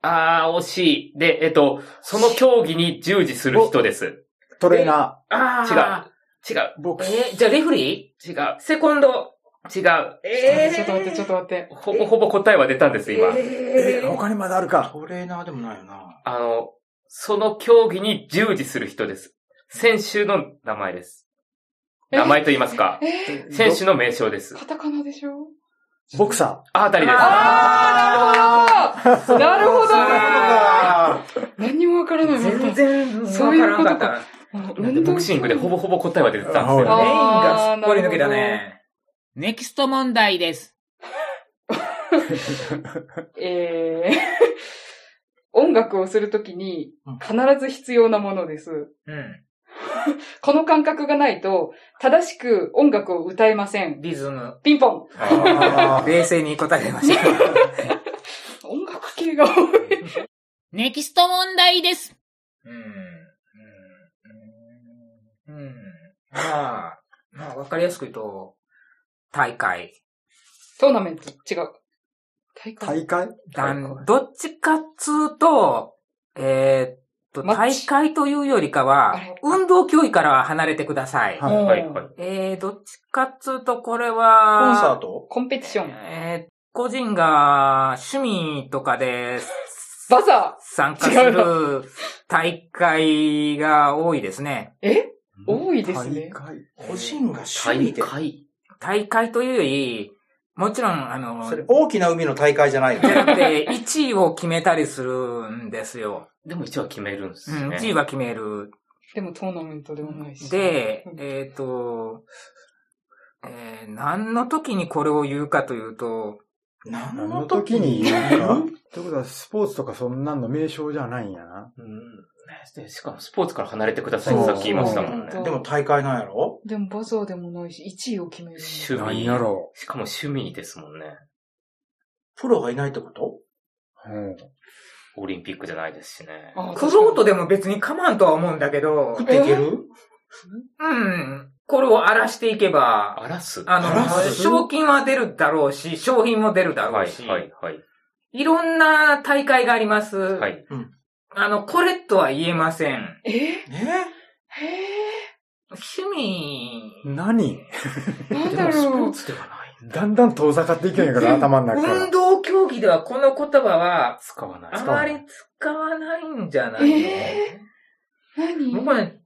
Speaker 4: あー、惜しい。で、えっと、その競技に従事する人です。
Speaker 2: トレーナ
Speaker 1: あ
Speaker 4: 違う。違う。
Speaker 2: ー、ボクシ
Speaker 1: えー、じゃあレフリ
Speaker 4: 違う。
Speaker 1: ーセコンド。
Speaker 4: 違う。
Speaker 5: えー
Speaker 4: ちょっと待って、ちょっと待って。ほぼほぼ答えは出たんです、今。
Speaker 2: え
Speaker 5: え、ー
Speaker 2: 他にまだあるか。
Speaker 3: トレーナーでもないよな。
Speaker 4: あの、その競技に従事する人です。選手の名前です。
Speaker 5: え
Speaker 4: 名前と言いますか。
Speaker 5: え
Speaker 4: 選手の名称です
Speaker 5: ー、。カタカナでしょ
Speaker 2: ボクサ
Speaker 4: ああたりです。
Speaker 5: あー、なるほどなるほど
Speaker 3: あ
Speaker 5: 何にもわからない。
Speaker 1: 全然、
Speaker 5: そういうことか
Speaker 1: わ
Speaker 5: 本当
Speaker 4: なんでボクシングでほぼほぼ答えは出てたんです
Speaker 1: らん
Speaker 4: よ
Speaker 1: かっ
Speaker 5: あ
Speaker 4: ね。
Speaker 1: た。メインがすっ
Speaker 5: ー
Speaker 1: ぽり抜けたね。
Speaker 7: ネクスト問題です。
Speaker 5: えー、音楽をするときに
Speaker 3: うん
Speaker 5: 必ず必要なものです。
Speaker 1: うん。
Speaker 5: この感覚がないと、正しく音楽を歌えません。
Speaker 1: リズム、
Speaker 5: ピンポン
Speaker 3: あー
Speaker 1: 冷静に答えれました。
Speaker 5: 音楽系が多い。
Speaker 7: ネクスト問題です。
Speaker 1: うん。うん。うん。まあ、まあ、わかりやすく言うと、大会。
Speaker 5: トーナメント、違う。大
Speaker 2: ー。
Speaker 5: 会。
Speaker 2: 大会
Speaker 1: だ
Speaker 2: 大会
Speaker 1: んどっちかっつうと、えーっと、
Speaker 5: マッ
Speaker 1: 大
Speaker 5: チ
Speaker 1: 会というよりか
Speaker 5: あ
Speaker 1: は
Speaker 5: れ、
Speaker 1: 運動競技からは離れてください。
Speaker 2: は
Speaker 5: うん
Speaker 4: はい、はい。
Speaker 1: えー、どっちかっつうと、これ
Speaker 3: コンサー
Speaker 1: は、
Speaker 3: ト
Speaker 5: コンペティション。
Speaker 1: えー、個人が趣味とかで
Speaker 5: バザ
Speaker 1: 参加す
Speaker 5: 違う
Speaker 1: る大会が多いですね。
Speaker 5: ーえ多いです
Speaker 2: 大
Speaker 5: ね。
Speaker 2: 会。
Speaker 3: 個人が趣味
Speaker 4: 大
Speaker 3: で。
Speaker 4: 会
Speaker 1: 大会というより、もちろん、あの、
Speaker 3: それ大きな海の大会じゃないよ
Speaker 1: じゃ
Speaker 3: ね。
Speaker 1: なくて、1位を決めたりするんですよ。
Speaker 4: でも一応は決めるんです
Speaker 1: う
Speaker 4: ね。
Speaker 1: ん、1位は決める。
Speaker 5: でもトーナメントでもないし。
Speaker 1: で
Speaker 5: う、ん
Speaker 1: えっ、と、えー何の時にこれを言うかというと、
Speaker 3: 何
Speaker 2: 何
Speaker 3: の
Speaker 2: の
Speaker 3: 時
Speaker 2: 時に
Speaker 3: に
Speaker 2: 言うかってことは、スポーツとかそんなんの名称じゃないんやな。
Speaker 4: うんでしかもスポーツから離れてくださいってさっき言いましたもんね
Speaker 5: そう。
Speaker 3: でも大会なんやろ
Speaker 5: でもバザーでもないし、1位を決めるの。
Speaker 4: 趣
Speaker 2: 何
Speaker 4: 味。
Speaker 2: やろ
Speaker 4: しかも趣味ですもんね。
Speaker 3: プロがいないってこと
Speaker 2: う。うん
Speaker 4: オリンピックじゃないですしね。
Speaker 5: あ
Speaker 1: クロートでも別に構わんとは思うんだけど
Speaker 3: 食、っていける
Speaker 1: うん、これを荒らしていけば、
Speaker 4: 荒らす
Speaker 1: あ
Speaker 3: 荒ら
Speaker 1: の、
Speaker 3: す
Speaker 1: 賞金は出るだろうし、商品も出るだろ
Speaker 4: は
Speaker 1: う
Speaker 4: い、
Speaker 1: し、
Speaker 4: はい、はい。
Speaker 1: いろんな大会があります。
Speaker 4: はい。
Speaker 1: あの、これとは言えません。
Speaker 5: えへ
Speaker 3: ね
Speaker 1: 趣味、
Speaker 2: 何
Speaker 5: えなん
Speaker 4: で
Speaker 5: だ
Speaker 4: もスポ
Speaker 5: ろ
Speaker 4: ー
Speaker 5: う。
Speaker 4: ツではない。
Speaker 2: だんだん遠ざかっていけんやから、頭の中から
Speaker 1: 運。動競技ではこの言葉は、
Speaker 4: 使わない。
Speaker 1: あ
Speaker 4: 使わ
Speaker 1: ま
Speaker 4: ない
Speaker 1: り使わないんじゃないの、
Speaker 5: え何
Speaker 1: 僕ね、例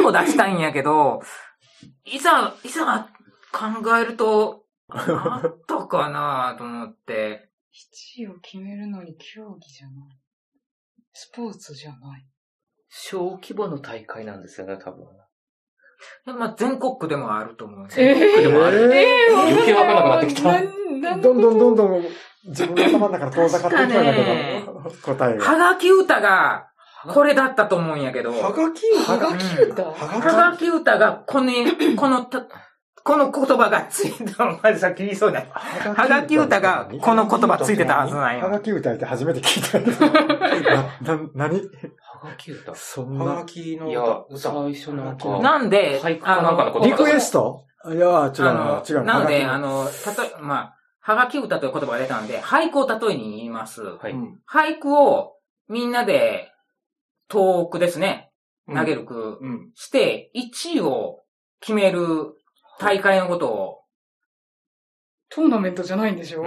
Speaker 1: えを出したいんやけど、いざ、いざ考えると、あったかなと思って。
Speaker 5: 1位を決めるのに競技じゃない。スポーツじゃない。
Speaker 4: 小規模の大会なんですよね、多分。
Speaker 1: まあ、全国区でもあると思う、
Speaker 5: え
Speaker 4: でもある。
Speaker 5: え
Speaker 4: ー余計わからなくなってきた
Speaker 5: なんな
Speaker 2: ど
Speaker 5: ん
Speaker 2: んど
Speaker 5: のこ
Speaker 2: ん
Speaker 5: と
Speaker 2: どんどん自分の頭の中から遠ざかっていけんや
Speaker 1: 確かね
Speaker 2: から、答えが。
Speaker 1: はがき歌が、これだったと思うんやけど、
Speaker 3: は
Speaker 1: は
Speaker 3: がき
Speaker 5: はがき歌
Speaker 1: が
Speaker 3: はがき
Speaker 1: き歌が、この、このた、この言葉がついたの、まずさっき言いそうだ。はがき歌が、この言葉ついてたはずなん
Speaker 2: は
Speaker 1: よ
Speaker 2: が。き歌って初めて聞いた。な、な、なに
Speaker 4: はがき歌
Speaker 2: そん
Speaker 3: はが
Speaker 2: な。
Speaker 3: き
Speaker 4: いや
Speaker 3: の、歌。。
Speaker 4: 最初なんか。
Speaker 1: なんで、
Speaker 4: 俳句かなんかの
Speaker 1: あ
Speaker 4: こ
Speaker 1: の
Speaker 4: と
Speaker 2: リクエストいやー、違う
Speaker 1: あ
Speaker 2: な、違う
Speaker 1: の、なので、あ
Speaker 2: はが
Speaker 1: の、たとえ、まあ、はがき歌という言葉が出たんで、俳句を例えに言います。
Speaker 4: はいう
Speaker 3: ん
Speaker 1: 俳句をみんなで、遠くですね、投げ。る句
Speaker 3: うん。
Speaker 1: して、1位を決める大会のことを、
Speaker 5: トーナメントじゃないんでしょ、
Speaker 4: うん。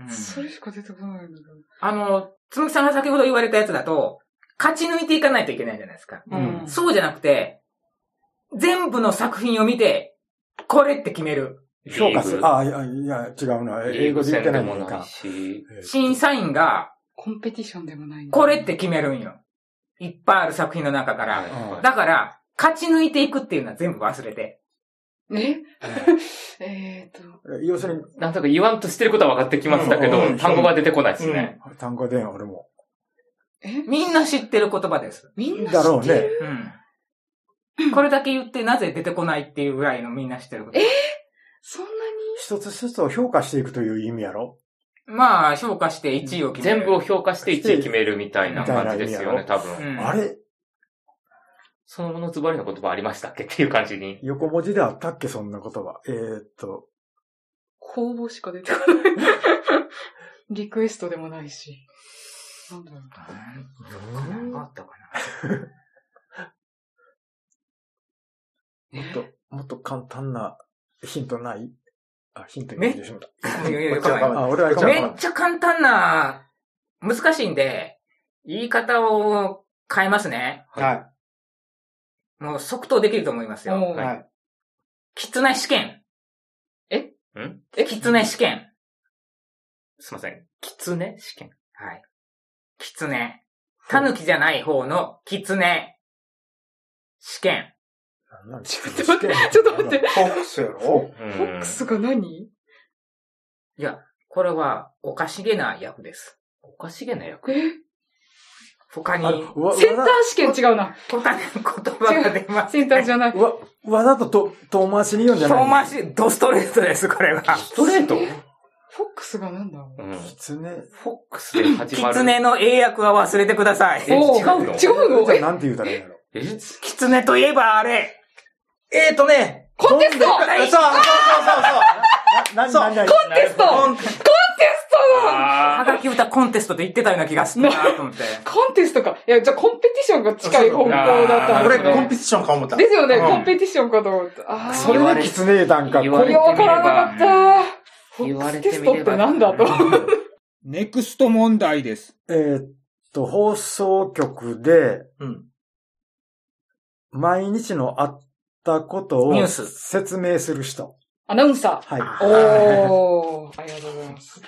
Speaker 1: うん
Speaker 5: それしか出てこないんだけど。
Speaker 1: あの、つむきさんが先ほど言われたやつだと、勝ち抜いていかないといけないじゃないですか。
Speaker 3: うん
Speaker 5: うん
Speaker 1: そうじゃなくて、全部の作品を見て、これって決める。
Speaker 2: き評価す
Speaker 4: リー
Speaker 2: る。
Speaker 4: グ
Speaker 2: あー、いや、いや、違うな。
Speaker 4: 英
Speaker 2: 英
Speaker 4: 語
Speaker 2: 語で言っ
Speaker 4: 戦
Speaker 2: て
Speaker 4: で
Speaker 2: ない
Speaker 4: も
Speaker 2: の
Speaker 4: ない
Speaker 2: か。
Speaker 4: し、
Speaker 2: えー
Speaker 1: 審査員が、
Speaker 5: コンペティションでもないんだ
Speaker 1: これっ。て決めるんよ。いっぱいある作品の中か
Speaker 4: はい
Speaker 1: ら。
Speaker 2: うん
Speaker 1: だから、勝ち抜いていくっていうのは全部忘れて。
Speaker 5: ね えーと、
Speaker 2: 要するに、
Speaker 4: なんとか言わんとしてることは分かってきましたけ
Speaker 3: うんう
Speaker 4: ど、
Speaker 3: ん
Speaker 4: 単語が出てこないですね。
Speaker 2: 単語で俺も。
Speaker 5: え
Speaker 1: みんな知ってる言葉です。
Speaker 5: みんな知
Speaker 2: だろう
Speaker 5: って
Speaker 2: ね
Speaker 5: る。
Speaker 1: うん。これだけ言ってなぜ出てこないっていうぐらいのみんな知ってること。
Speaker 5: そんな
Speaker 2: 一つ一つを評価していくという意味やろ
Speaker 1: まあ、評価して1位を決める。
Speaker 4: 全部を評価して1位決めるみたいな感じですよね、
Speaker 2: み
Speaker 4: 多
Speaker 1: う
Speaker 4: 分。
Speaker 1: ん。
Speaker 2: あれ
Speaker 4: そのものズバリの言葉ありましたっけっていう感じに。
Speaker 2: 横文字であったっけそんな言葉。えーっと、
Speaker 5: 公募しか出てこない。リクエストでもないし。なんだろう。
Speaker 1: なんかあったか
Speaker 2: もっと、もっと簡単なヒントないあ、ヒント
Speaker 1: ね
Speaker 2: 言ってしまった。
Speaker 1: いやいや
Speaker 3: こっちは我
Speaker 2: あ、俺はじゃ
Speaker 1: めっ
Speaker 2: あ、
Speaker 1: ちゃ簡単な、難しいんで、言い方を変えますね。
Speaker 3: 慢。は
Speaker 1: もう即答できると思いますよ。
Speaker 3: い。
Speaker 5: おう
Speaker 3: はい。
Speaker 1: きつね試験。
Speaker 4: ん
Speaker 5: え
Speaker 1: きつね試験。
Speaker 4: すいません。キツネ試験。
Speaker 1: はい。きつね。たぬきじゃない方のきつね。試験。
Speaker 2: ちょ
Speaker 5: ちょっと待って、ちょっと待って。。
Speaker 3: フォックスやろ
Speaker 4: う
Speaker 5: フォッ
Speaker 4: ん
Speaker 5: ク。スが何
Speaker 1: いや、これはおかしげな役です。
Speaker 4: おかしげな役。
Speaker 5: え
Speaker 1: 他に、
Speaker 2: あ
Speaker 1: 他に
Speaker 2: わ
Speaker 5: センター試験違うな。
Speaker 1: 言葉が出ます。
Speaker 5: センターじゃない。
Speaker 2: わ、わざとと遠回しに読んじゃない
Speaker 1: 遠回し、ドストレートです、これは。
Speaker 4: ストレート
Speaker 5: フォックスがなんだろう
Speaker 4: うん。
Speaker 2: きつね。
Speaker 4: フォックスで始
Speaker 1: き
Speaker 4: まる。
Speaker 1: つねの英訳は忘れてください。
Speaker 4: え
Speaker 5: お
Speaker 4: 違
Speaker 5: う
Speaker 4: うの
Speaker 5: 違う
Speaker 2: じ
Speaker 5: の
Speaker 2: ゃあ
Speaker 5: え
Speaker 2: なんて言うたらいいんだろう。
Speaker 4: え
Speaker 1: きつねといえばあれ。
Speaker 3: えーとね、
Speaker 5: コンテスト
Speaker 3: そうそうそう
Speaker 2: な、
Speaker 3: そう
Speaker 2: な、な、
Speaker 5: コンテストコン
Speaker 3: そう
Speaker 5: テ
Speaker 3: そう。
Speaker 5: ストだ
Speaker 1: は
Speaker 4: あ
Speaker 1: がき歌コンテストで言ってたような気がするなと思って。
Speaker 5: コンテストか。いや、じゃあコンペティションが近い方向だったんで
Speaker 3: 俺
Speaker 5: す
Speaker 3: コン
Speaker 5: ね
Speaker 3: ペ。ティションか思った。
Speaker 5: ですよね、
Speaker 3: うん
Speaker 5: コンペティションかと思った。ああ、
Speaker 2: それできつねえなんか。
Speaker 4: 言
Speaker 5: こ
Speaker 4: わ
Speaker 5: れ
Speaker 4: れ
Speaker 5: は分からなかった。フ
Speaker 4: 言
Speaker 5: ォ
Speaker 4: わ
Speaker 5: ック
Speaker 4: れ
Speaker 5: ステ
Speaker 4: て
Speaker 5: ス
Speaker 4: み
Speaker 5: トっ
Speaker 4: れ
Speaker 5: て
Speaker 4: ば。
Speaker 5: なんだと。
Speaker 6: ネクスト問題です。
Speaker 2: えーっと、放送局で、
Speaker 3: うん。
Speaker 2: 毎日のあったこと
Speaker 1: ニュー
Speaker 2: を
Speaker 1: ス
Speaker 2: 説明する人。
Speaker 5: アナウンサ
Speaker 2: はい。
Speaker 5: ー。おー、ありがとうございます。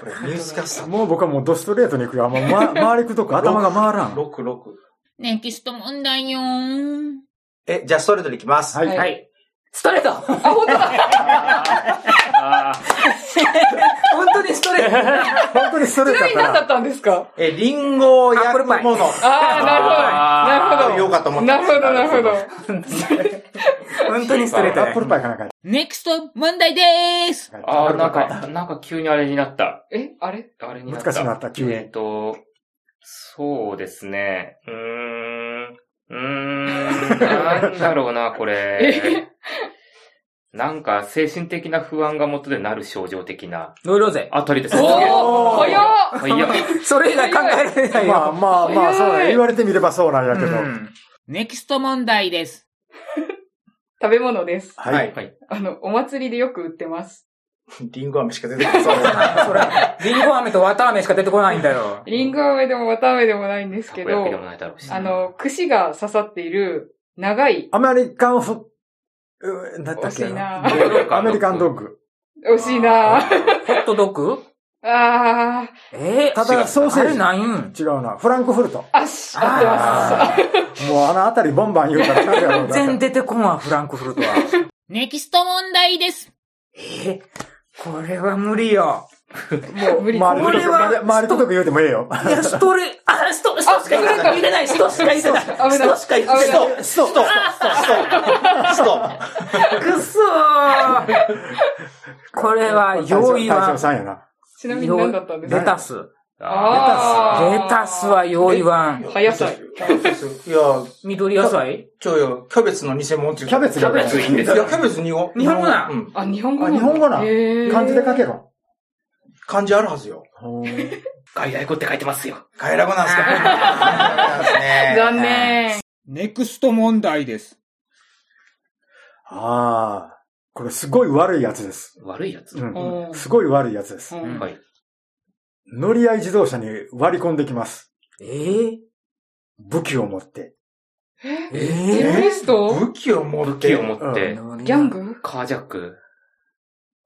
Speaker 3: これニュースキャスター。
Speaker 2: もう僕はもうドストレートに行くよ。あんま、 ま、回りくとか頭が回らん。
Speaker 3: 6、6。
Speaker 7: ネクスト問題よーん。
Speaker 3: え、じゃあストレートでいきます。
Speaker 2: はい。
Speaker 1: は
Speaker 2: はい。
Speaker 1: い。ストレート本
Speaker 5: あ、本当だ
Speaker 4: あー
Speaker 1: 当にストレート
Speaker 2: 本当にストレ
Speaker 5: ち
Speaker 2: ート
Speaker 5: な
Speaker 2: だった
Speaker 5: みに何だ
Speaker 2: ら
Speaker 5: っ。たんですか
Speaker 3: え、リンゴを焼くもの。
Speaker 5: ああ、なるほど。なるほ
Speaker 3: よ
Speaker 5: ど。
Speaker 3: かったと思った。
Speaker 5: なるほど、なるほど。
Speaker 1: 本当にストレート
Speaker 2: ア
Speaker 1: だ
Speaker 2: ップルパイかなんか。
Speaker 7: ネクスト問題でーす。
Speaker 4: あ
Speaker 2: アッ
Speaker 4: ー、
Speaker 2: プル
Speaker 4: な
Speaker 2: パイ
Speaker 4: んか、なんか急にあれになった。
Speaker 5: え、あれ
Speaker 4: あれになった。
Speaker 2: 難しくなった、急
Speaker 4: えっ、
Speaker 2: に。
Speaker 4: と、そうですね。うーん。うーん。なんだろうな、これ。 なんか、精神的な不安が元でなる症状的な。
Speaker 1: ノイローゼ。
Speaker 4: あたりです。
Speaker 5: おー、早っ
Speaker 4: いや、
Speaker 1: それ以外考えられないよ。
Speaker 2: まあまあまあ、そう
Speaker 5: 早
Speaker 2: ね。
Speaker 5: い
Speaker 2: 言われてみればそうなんやけど。
Speaker 1: うん
Speaker 7: ネクスト問題です。
Speaker 5: 食べ物です。
Speaker 2: は。
Speaker 3: はいい。
Speaker 4: はい。
Speaker 5: あの、お祭りでよく売ってます。
Speaker 3: リンゴ飴しか出てこない。
Speaker 1: それ、リンゴ飴と綿飴しか出てこないんだよ。
Speaker 5: リンゴ飴でも綿飴でもないんです
Speaker 4: たこ
Speaker 5: け
Speaker 4: 焼きでも
Speaker 5: ど、
Speaker 4: ないだろうし。
Speaker 5: あの、串が刺さっている長い、
Speaker 2: アメリカンフッ、うーなんだっ
Speaker 5: 惜し
Speaker 2: け
Speaker 5: い
Speaker 2: な
Speaker 5: な
Speaker 2: アメリカンドッ
Speaker 4: グ。
Speaker 2: グ。
Speaker 5: 惜しいなあ
Speaker 1: ホットドッグ
Speaker 5: あー、
Speaker 1: えー、
Speaker 2: ただソーセージ
Speaker 1: あれないん
Speaker 2: 違うな。フランクフルト。
Speaker 5: あし、合ってます。
Speaker 2: もうあのあたりバンバン言うから、なんやろ
Speaker 1: 全
Speaker 2: うな
Speaker 1: 然出てこんわ、フランクフルトは。
Speaker 7: ネクスト問題です。
Speaker 1: えー、これは無理よ。
Speaker 5: もう無理。
Speaker 2: 周
Speaker 1: こ
Speaker 2: りの
Speaker 1: れ
Speaker 2: 人
Speaker 1: は
Speaker 2: 周りの人言うてもええよ。
Speaker 1: いや、ストレ、あ、スト、ストしか
Speaker 5: あ
Speaker 1: 言えてない、ストしか言えてない、ス
Speaker 5: 危ない
Speaker 1: トしか言えてない。
Speaker 5: 危ない
Speaker 3: ストストストスト
Speaker 1: くそ ーこれは、用意
Speaker 2: 大
Speaker 1: は
Speaker 2: 将、さんやな。
Speaker 5: ちなみに何だったんです
Speaker 1: レ
Speaker 5: か
Speaker 1: タス。レ
Speaker 5: あー
Speaker 1: タスは用意は、
Speaker 5: 葉野菜。
Speaker 3: いや、
Speaker 1: 緑野菜
Speaker 3: ちょよ、キャベツの偽物って言う
Speaker 2: キャベツ
Speaker 3: いや、
Speaker 2: が
Speaker 4: キャベツいいんで
Speaker 3: キ
Speaker 4: すよ。
Speaker 3: ャベツ日本。
Speaker 1: 日本語なん
Speaker 3: うん。
Speaker 5: あ、日本語なんだ
Speaker 2: あ日本語なん
Speaker 5: へー
Speaker 2: 漢字で書けろ。
Speaker 3: 漢字あるはずよ。
Speaker 4: 外来語って書いてますよ。
Speaker 3: 外来語なんすかなんですね
Speaker 5: 残。念。
Speaker 6: ネクスト問題です。
Speaker 2: ああ、これすごい悪いやつです。
Speaker 4: 悪いやつ。
Speaker 2: う
Speaker 5: お
Speaker 2: ん。
Speaker 5: ー
Speaker 2: すごい悪いやつです。
Speaker 5: うん
Speaker 4: はい。
Speaker 2: 乗り合い自動車に割り込んできます。
Speaker 1: えー、
Speaker 2: 武器を持って。
Speaker 5: テ
Speaker 1: え
Speaker 5: ロリスト
Speaker 3: 武器を持って。
Speaker 4: 武器を持って、
Speaker 1: ー、
Speaker 5: ギャング
Speaker 4: カージャック。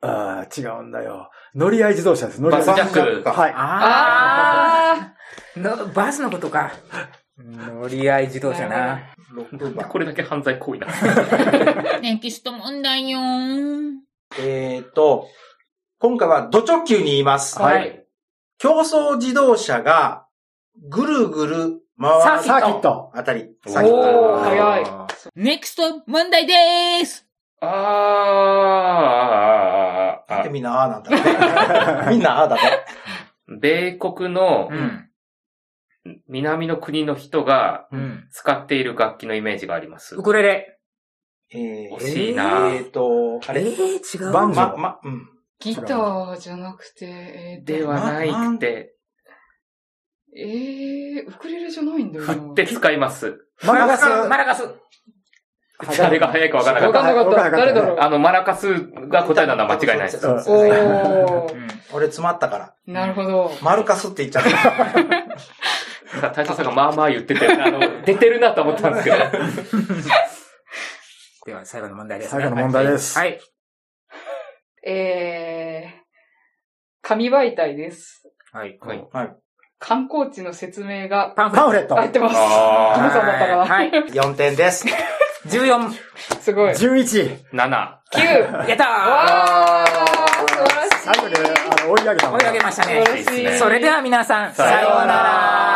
Speaker 2: ああ、違うんだよ。乗り合い自動車です。乗り合
Speaker 4: バ
Speaker 2: い
Speaker 4: スジャ
Speaker 2: 自動
Speaker 4: ック。
Speaker 2: 車。はい。
Speaker 1: あ
Speaker 5: あ
Speaker 1: ーのバスのことか。乗り合い自動車な。
Speaker 3: 6番。
Speaker 4: これだけ犯罪行為な。
Speaker 7: ネクスト問題よーん。
Speaker 3: えーと、今回はド直球に言います。
Speaker 1: はい
Speaker 4: い。
Speaker 3: 競争自動車がぐるぐる
Speaker 1: サー
Speaker 3: 回る
Speaker 1: キ
Speaker 2: サ
Speaker 1: ッ
Speaker 2: ーキッ
Speaker 1: ト。
Speaker 2: ト。
Speaker 3: あたり。
Speaker 4: おー
Speaker 3: サーキット
Speaker 5: ー、早い。
Speaker 7: ネクスト問題でーす。
Speaker 4: あー
Speaker 3: なんで
Speaker 4: あー、あーあ
Speaker 3: みんなああなん だね。みんなああだね。
Speaker 4: ー、米国の
Speaker 1: うん。
Speaker 4: 南の国の人が
Speaker 1: うん。
Speaker 4: 使っている楽器のイメージがあります
Speaker 1: ウ。クレレ。
Speaker 3: え
Speaker 4: 惜
Speaker 3: ー、
Speaker 4: しいな
Speaker 3: えーと、あ
Speaker 1: え
Speaker 3: れ
Speaker 1: ー、違う。
Speaker 2: バンジョ
Speaker 3: ま、
Speaker 2: ー。
Speaker 3: ま、うん。
Speaker 5: ギターじゃなくて、えーと
Speaker 4: ではないくて、
Speaker 5: えー、ウクレレじゃないんだよな。
Speaker 4: 振って使います。
Speaker 2: マラガス。
Speaker 1: マラガス。
Speaker 4: 誰が早いかわからな
Speaker 5: わ
Speaker 4: かっ
Speaker 5: かんなかっ
Speaker 2: わか
Speaker 5: た。
Speaker 2: んなかった
Speaker 5: 誰だろう
Speaker 4: た。あの、マラカスが答えなのは間違いないです。
Speaker 3: そう
Speaker 2: す
Speaker 3: そうそう
Speaker 5: おー。
Speaker 3: 俺詰まったから。
Speaker 5: なるほど。
Speaker 3: マルカスって言っちゃった。
Speaker 4: 隊長さんがまあまあ言ってて、あの、出てるなと思ったんですけど。
Speaker 1: では、最後の問題です。
Speaker 2: 最後の問題です
Speaker 1: はい。
Speaker 5: えー、紙媒体です。
Speaker 1: はい。
Speaker 4: はい
Speaker 5: 観光地の説明が
Speaker 1: パンフレ
Speaker 2: パ
Speaker 1: ッ
Speaker 2: ンフレット
Speaker 5: 合ってます。
Speaker 4: あ
Speaker 5: 皆
Speaker 4: ー
Speaker 5: さんだったかな、
Speaker 1: はい。はい
Speaker 3: 4点です。
Speaker 1: 14。
Speaker 5: すごい。9!
Speaker 2: 11。
Speaker 4: 7。
Speaker 1: やったー
Speaker 5: わー素晴らしい
Speaker 2: 最後で、あの、追い上げたもん
Speaker 1: 追い上げました
Speaker 5: 素晴
Speaker 1: ね。
Speaker 5: らしい
Speaker 4: いいですね
Speaker 1: それでは皆さん、
Speaker 4: さようなら
Speaker 1: さようなら。